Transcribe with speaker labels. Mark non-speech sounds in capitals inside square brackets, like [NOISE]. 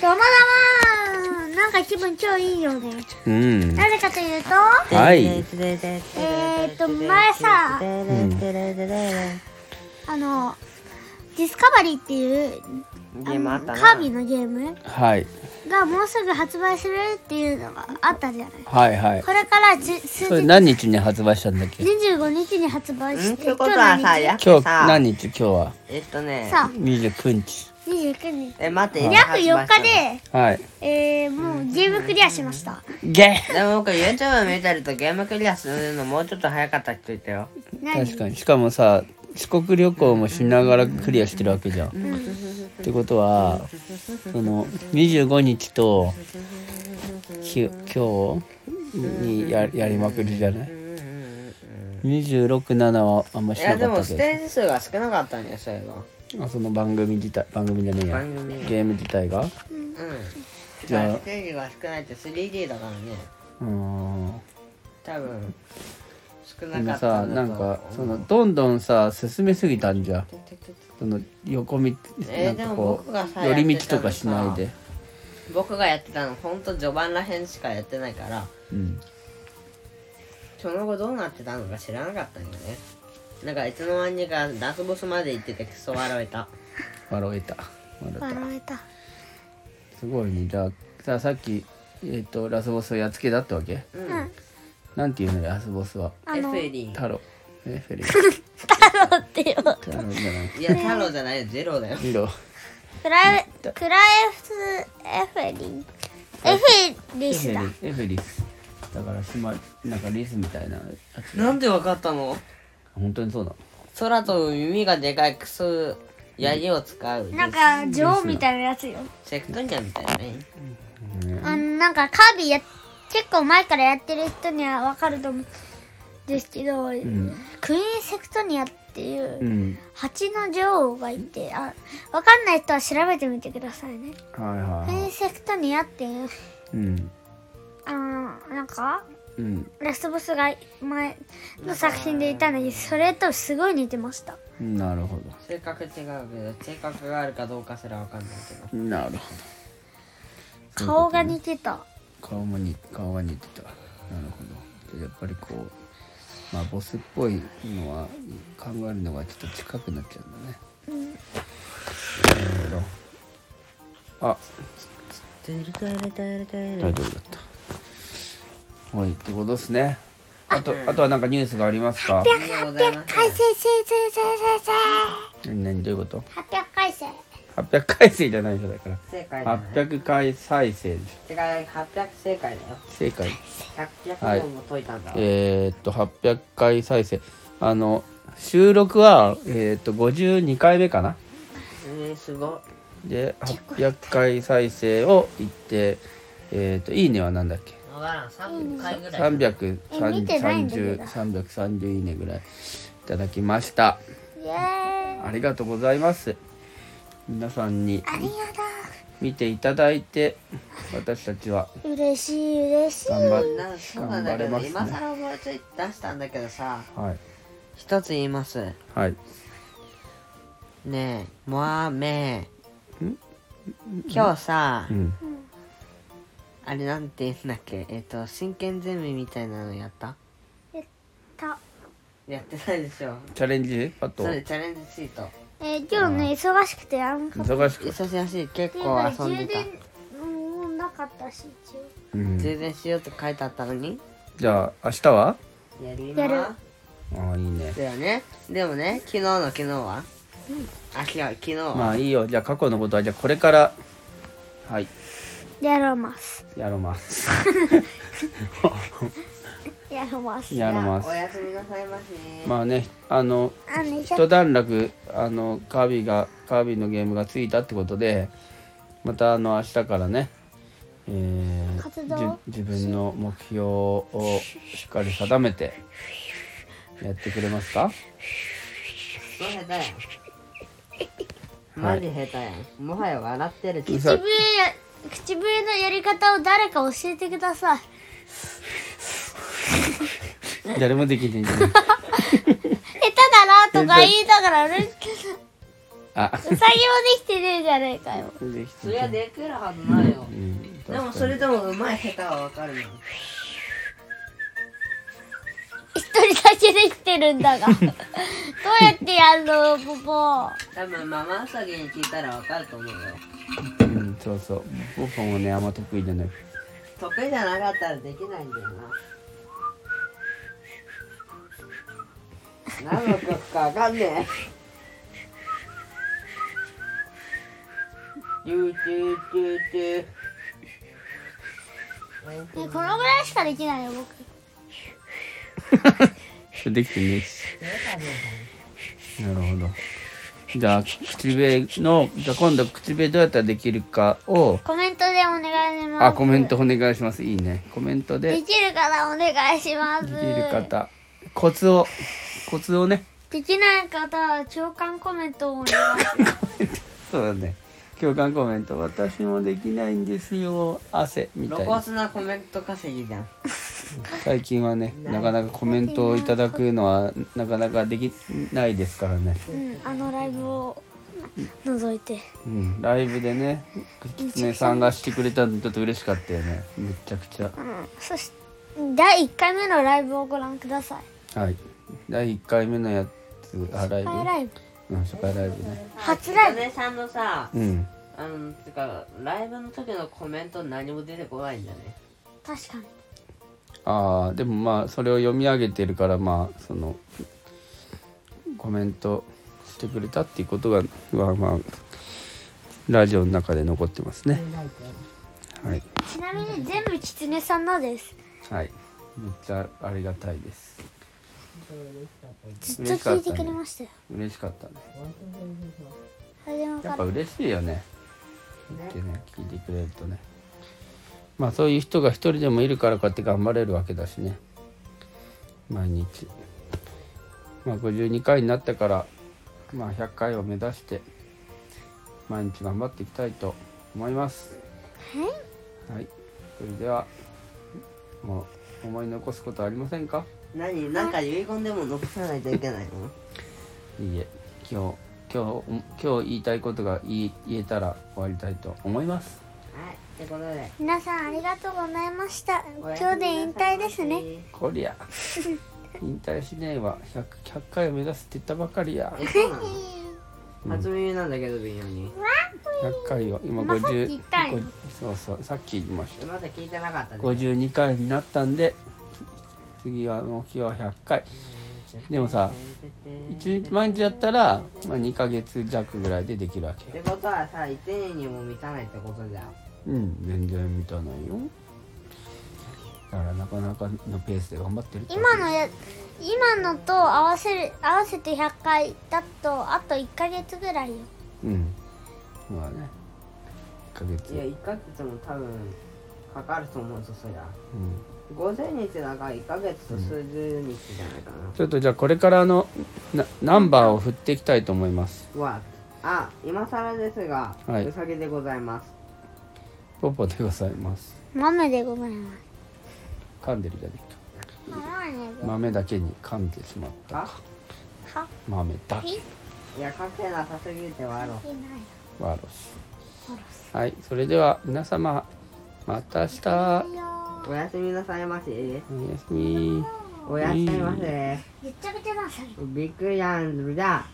Speaker 1: こんばんはなんか気分超いいよね。
Speaker 2: うん。
Speaker 1: なぜかというと、
Speaker 2: はい。
Speaker 1: えーっと、前さ、あの、ディスカバリーっていう、あ
Speaker 3: ゲームあっ
Speaker 1: の
Speaker 3: たな
Speaker 1: カービィのゲーム
Speaker 2: はい。
Speaker 1: がもうすぐ発売するっていうのがあったじゃない。
Speaker 2: はいはい。
Speaker 1: これからじ数
Speaker 2: それ
Speaker 1: 日、
Speaker 2: 何日に発売したんだっけ
Speaker 1: 25日に発売
Speaker 3: うんっ
Speaker 1: して、
Speaker 3: てことはさや
Speaker 2: 今
Speaker 3: け
Speaker 2: 日、
Speaker 3: さ
Speaker 2: 何日今日は
Speaker 3: えっとね
Speaker 1: さあ、
Speaker 2: ?29 日。
Speaker 1: 29日。
Speaker 3: え待って
Speaker 1: 約4日
Speaker 3: で
Speaker 1: で、
Speaker 2: はい。
Speaker 1: えー、もうゲームクリアしました。
Speaker 2: ゲ
Speaker 3: でも僕 YouTube 見てるとゲームクリアするのもうちょっと早かった人いたよ
Speaker 1: 何
Speaker 2: 確かに。しかもさ、四国旅行もしながらクリアしてるわけじゃん。ってことは、その、25日と、き今日にややりまくりじゃない ?26、7はあんま
Speaker 3: い
Speaker 2: し
Speaker 3: や
Speaker 2: な
Speaker 3: で
Speaker 2: か
Speaker 3: も
Speaker 2: ったけ
Speaker 3: ス
Speaker 2: ど。
Speaker 3: テージ数が少なかったんよそういえば
Speaker 2: あその番組自体番組じゃねえや
Speaker 3: 番組
Speaker 2: ゲーム自体が
Speaker 3: うん
Speaker 2: じゃあ
Speaker 3: ステージが少ないって 3D だからね
Speaker 2: うーん
Speaker 3: 多分少なか
Speaker 2: 今
Speaker 3: っただ
Speaker 2: さ
Speaker 3: と
Speaker 2: なんかそのどんどんさ進めすぎたんじゃんその横道な
Speaker 3: えー
Speaker 2: んか
Speaker 3: でも
Speaker 2: こ
Speaker 3: 僕がさ
Speaker 2: う寄り
Speaker 3: やって
Speaker 2: 道と
Speaker 3: たの
Speaker 2: か
Speaker 3: さ
Speaker 2: しないで
Speaker 3: 僕がやってたのほんと序盤らへんしかやってないから
Speaker 2: うん
Speaker 3: その後どうなってたのか知らなかったんよねなんかいつの間にかラスボスまで行っててクソ笑えた
Speaker 2: 笑えた笑え
Speaker 1: 笑えた。
Speaker 2: たすごいねじゃあささっきえっ、とラスボスをやっつけたってわけ
Speaker 3: うん、
Speaker 1: うん。
Speaker 2: なんていうのラスボスは
Speaker 1: あの、
Speaker 3: エフェリー
Speaker 2: 太郎えフェリー
Speaker 1: 太郎ってよ。
Speaker 2: 太郎じゃない
Speaker 3: いや太郎じゃないよジェローだよ
Speaker 2: リロ
Speaker 1: クラエ、クラエフエフェリン。エフェリ
Speaker 2: エ
Speaker 1: ス
Speaker 2: フ
Speaker 1: だ。
Speaker 2: ェリエフェリスだから島なんかリスみたいなやつ
Speaker 3: なんでわかったの
Speaker 2: 本当にそうだ
Speaker 3: 空と耳がでかいクソヤギを使う
Speaker 1: なんか女王みたいなやつよ。
Speaker 3: セクトニアみたいなね
Speaker 1: あのなんかカービィや結構前からやってる人にはわかると思うんですけど、クイーンセクトニアっていううん蜂の女王がいて、あ、わかんない人は調べてみてくださいね。
Speaker 2: はいは
Speaker 1: クイーンセクトニアっていう、
Speaker 2: いうん
Speaker 1: あのなんか
Speaker 2: うん
Speaker 1: ラスボスが前の作品でいたのに、それとすごい似てました。
Speaker 2: なるほ
Speaker 3: 性格違うけど性格があるかどうかすらわかんないけど
Speaker 2: どなるほ
Speaker 1: 顔が似てた。
Speaker 2: ど顔もに顔が似てたなるほどでやっぱりこうまあボスっぽいのは考えるのがちょっと近くなっちゃうんだね、なるほどあ大丈夫だったはいってことですねあとあとはなんかニュースがありますか
Speaker 3: ありがとうございます
Speaker 1: 回生せせせせせ
Speaker 2: 何何どういうこと
Speaker 1: 八百回生
Speaker 2: 800回生じゃない人だから
Speaker 3: 正解だ、ね、
Speaker 2: 800回再生です
Speaker 3: 違う800正解だよ
Speaker 2: 正解
Speaker 3: 800問も解いたんだ、
Speaker 2: えーっと800回再生あの収録は、えーっと52回目かな
Speaker 3: えー、すごい
Speaker 2: で800回再生を言ってえーっと「いいね」はなんだっけ
Speaker 3: 分からん3回ぐらい
Speaker 1: え見てないんだけど
Speaker 2: 330いいねぐらいいただきました
Speaker 1: イエーイ
Speaker 2: ありがとうございます皆さんに
Speaker 1: あり
Speaker 2: 見ていただいて私たち
Speaker 1: が
Speaker 2: は
Speaker 1: とう嬉しい嬉しい
Speaker 2: 頑張
Speaker 3: なんそうなんだけど、
Speaker 2: 頑張れますね
Speaker 3: 今更思いついて出したんだけどさ
Speaker 2: はい
Speaker 3: 一つ言います
Speaker 2: はい
Speaker 3: ねえもあめ今日さ、
Speaker 2: うん
Speaker 3: あれなんて言うんだっけえっ、と真剣ゼミみたいなのやった
Speaker 1: た
Speaker 3: やってないでしょ
Speaker 2: チャレンジパッと
Speaker 3: それチャレンジシート
Speaker 1: えー今日ね忙しくてやんかった
Speaker 2: 忙しく
Speaker 3: 忙しいらしい結構
Speaker 1: で
Speaker 3: 遊んで
Speaker 1: 充
Speaker 3: た
Speaker 1: 電もなかったし一応
Speaker 2: うん
Speaker 3: 充電しようって書いてあったのに
Speaker 2: じゃあ明日は
Speaker 3: やり
Speaker 1: やる
Speaker 2: ああいいね
Speaker 3: だよねでもね昨日の昨日は、あ違う昨日は、
Speaker 2: まあいいよじゃあ過去のことはじゃあこれからはい
Speaker 1: やろうます
Speaker 2: やろます
Speaker 3: [LAUGHS]
Speaker 1: やろうます
Speaker 2: やろま
Speaker 3: お
Speaker 2: す
Speaker 3: やすみなさいませ
Speaker 2: まあねあの
Speaker 1: あねちょっ
Speaker 2: 一段落あのカービィがカービィのゲームがついたってことでまたあの明日からねえー
Speaker 1: 活動
Speaker 2: じ自分の目標をしっかり定めてやってくれますか
Speaker 3: もう下手やんマジ下手やんもはや笑ってるし
Speaker 1: と口笛や口笛のやり方を誰か教えてください
Speaker 2: 誰もできないんじゃない
Speaker 1: 下手だなとか言いながら俺
Speaker 2: あ
Speaker 1: うさぎもできてねえじゃねえかよ。
Speaker 2: で
Speaker 3: そりゃ [LAUGHS] できるはずないよ
Speaker 2: うん
Speaker 3: でもそれでもうまい下手はわかるもん
Speaker 1: 一人だけできてるんだが。どうやってやるの、ポポ。
Speaker 3: 多分ママウサギに聞いたらわかると思うよ
Speaker 2: うんそうそう僕もねあんま得意じゃない
Speaker 3: 得意じゃなかったらできないんだよな何の曲かわかんねえチューチューチューチュ
Speaker 1: ね、このぐらいしかできないよ、僕。
Speaker 2: それできてねえしなるほどじゃあ口笛のじゃあ今度口笛どうやったらできるかを
Speaker 1: コメントでお願いします。
Speaker 2: あコメント。お願いしますいいねコメントで
Speaker 1: できる方、お願いします。
Speaker 2: できる。方コツをコツをね
Speaker 1: できない方は、長官コメントをお願いします。
Speaker 2: そうだね共感コメント私もできないんですよ汗み
Speaker 3: ー
Speaker 2: た
Speaker 3: 露
Speaker 2: いな
Speaker 3: 骨なコメント稼ぎじゃん
Speaker 2: 最近はねなかなかコメントをいただくのはなかなかできないですからね
Speaker 1: うん、あのライブを覗いて。
Speaker 2: うん、ライブでね、キツネさんがしてくれたのちょっと嬉しかったよね。めちゃくちゃ。
Speaker 1: うん、そして、第1回目のライブをご覧ください。
Speaker 2: はい。第1回目のやつ、あ、ライブ。
Speaker 1: ハイライブ。
Speaker 2: うん、初回ライブね。
Speaker 1: 初ライブ
Speaker 3: ねさんのさ
Speaker 2: うん。
Speaker 3: あのてかライブの時のコメント何も出てこないんだね
Speaker 1: 確かに。
Speaker 2: ああ、でもまあ、それを読み上げてるから、まあ、その、コメントしてくれたっていうことが、はまあ、ラジオの中で残ってますね。はい。
Speaker 1: ちなみに全部キツネさんのです。
Speaker 2: はい。めっちゃありがたいです。
Speaker 1: ずっと聞いてくれましたよ。
Speaker 2: 嬉しかったね。
Speaker 1: 初め
Speaker 2: や
Speaker 1: か
Speaker 2: っぱ
Speaker 1: ら。
Speaker 2: 嬉しいよね。ってね、聞いてくれるとね。まあそういう人が一人でもいるからこうやって頑張れるわけだしね。毎日。まあ52回になったから、まあ100回を目指して、毎日頑張っていきたいと思います。はい。それでは、もう思い残すことはありませんか
Speaker 3: 何なんか遺言でも残さないといけないの
Speaker 2: いいえ、今日、今日、今日言いたいことが言い言えたら終わりたいと思います。
Speaker 3: はい、ってことで。
Speaker 1: 皆さんありがとうございました。今日で引退ですね。
Speaker 2: こりゃ [LAUGHS] 引退しねえわ 100, 100回を目指すって言ったばかりや
Speaker 3: え、そうなの初耳なんだけど、微妙に。
Speaker 2: 100回を今
Speaker 1: まあさっき
Speaker 2: 50
Speaker 1: 言ったよ
Speaker 2: 50そうそうさっき言いました
Speaker 3: まだ聞いてなかったね。
Speaker 2: 52回になったんで次は目標は100回でもさ1日毎日やったら、まあ、2ヶ月弱ぐらいでできるわ
Speaker 3: っ
Speaker 2: け
Speaker 3: て
Speaker 2: よ
Speaker 3: ことはさ、1年にも満たないってことじゃん。
Speaker 2: うん全然満たないよだからなかなかのペースで頑張ってるって
Speaker 1: 今のや、今のと合わせる、合わせて100回だと、あと1ヶ月ぐらいよ。
Speaker 2: うんまあね1ヶ月
Speaker 3: いや、1ヶ月も多分、かかると思うぞ、そりゃ。
Speaker 2: うん
Speaker 3: 50日だから1ヶ月と数十日じゃないかな。
Speaker 2: ちょっとじゃあこれからのなナンバーを振っていきたいと思います。
Speaker 3: わあ、今更ですが、
Speaker 2: はいう
Speaker 3: さぎでございます。
Speaker 2: ポポでございます。
Speaker 1: 豆でございます。
Speaker 2: 噛んでるじゃねえか。
Speaker 1: 豆
Speaker 2: 豆だけに噛んでしまった
Speaker 3: あ。、
Speaker 1: か
Speaker 2: 豆だ
Speaker 1: い
Speaker 2: け。
Speaker 3: いや、かけなさすぎて笑
Speaker 1: いない。
Speaker 2: ワロス。はい、それでは皆様、また明日。
Speaker 1: いいよ
Speaker 3: う。おやすみなさいませ。
Speaker 2: おやすみ。
Speaker 3: おやすみなさいませ。
Speaker 1: めっちゃくちゃなさい。
Speaker 3: ビッグヤンズだ。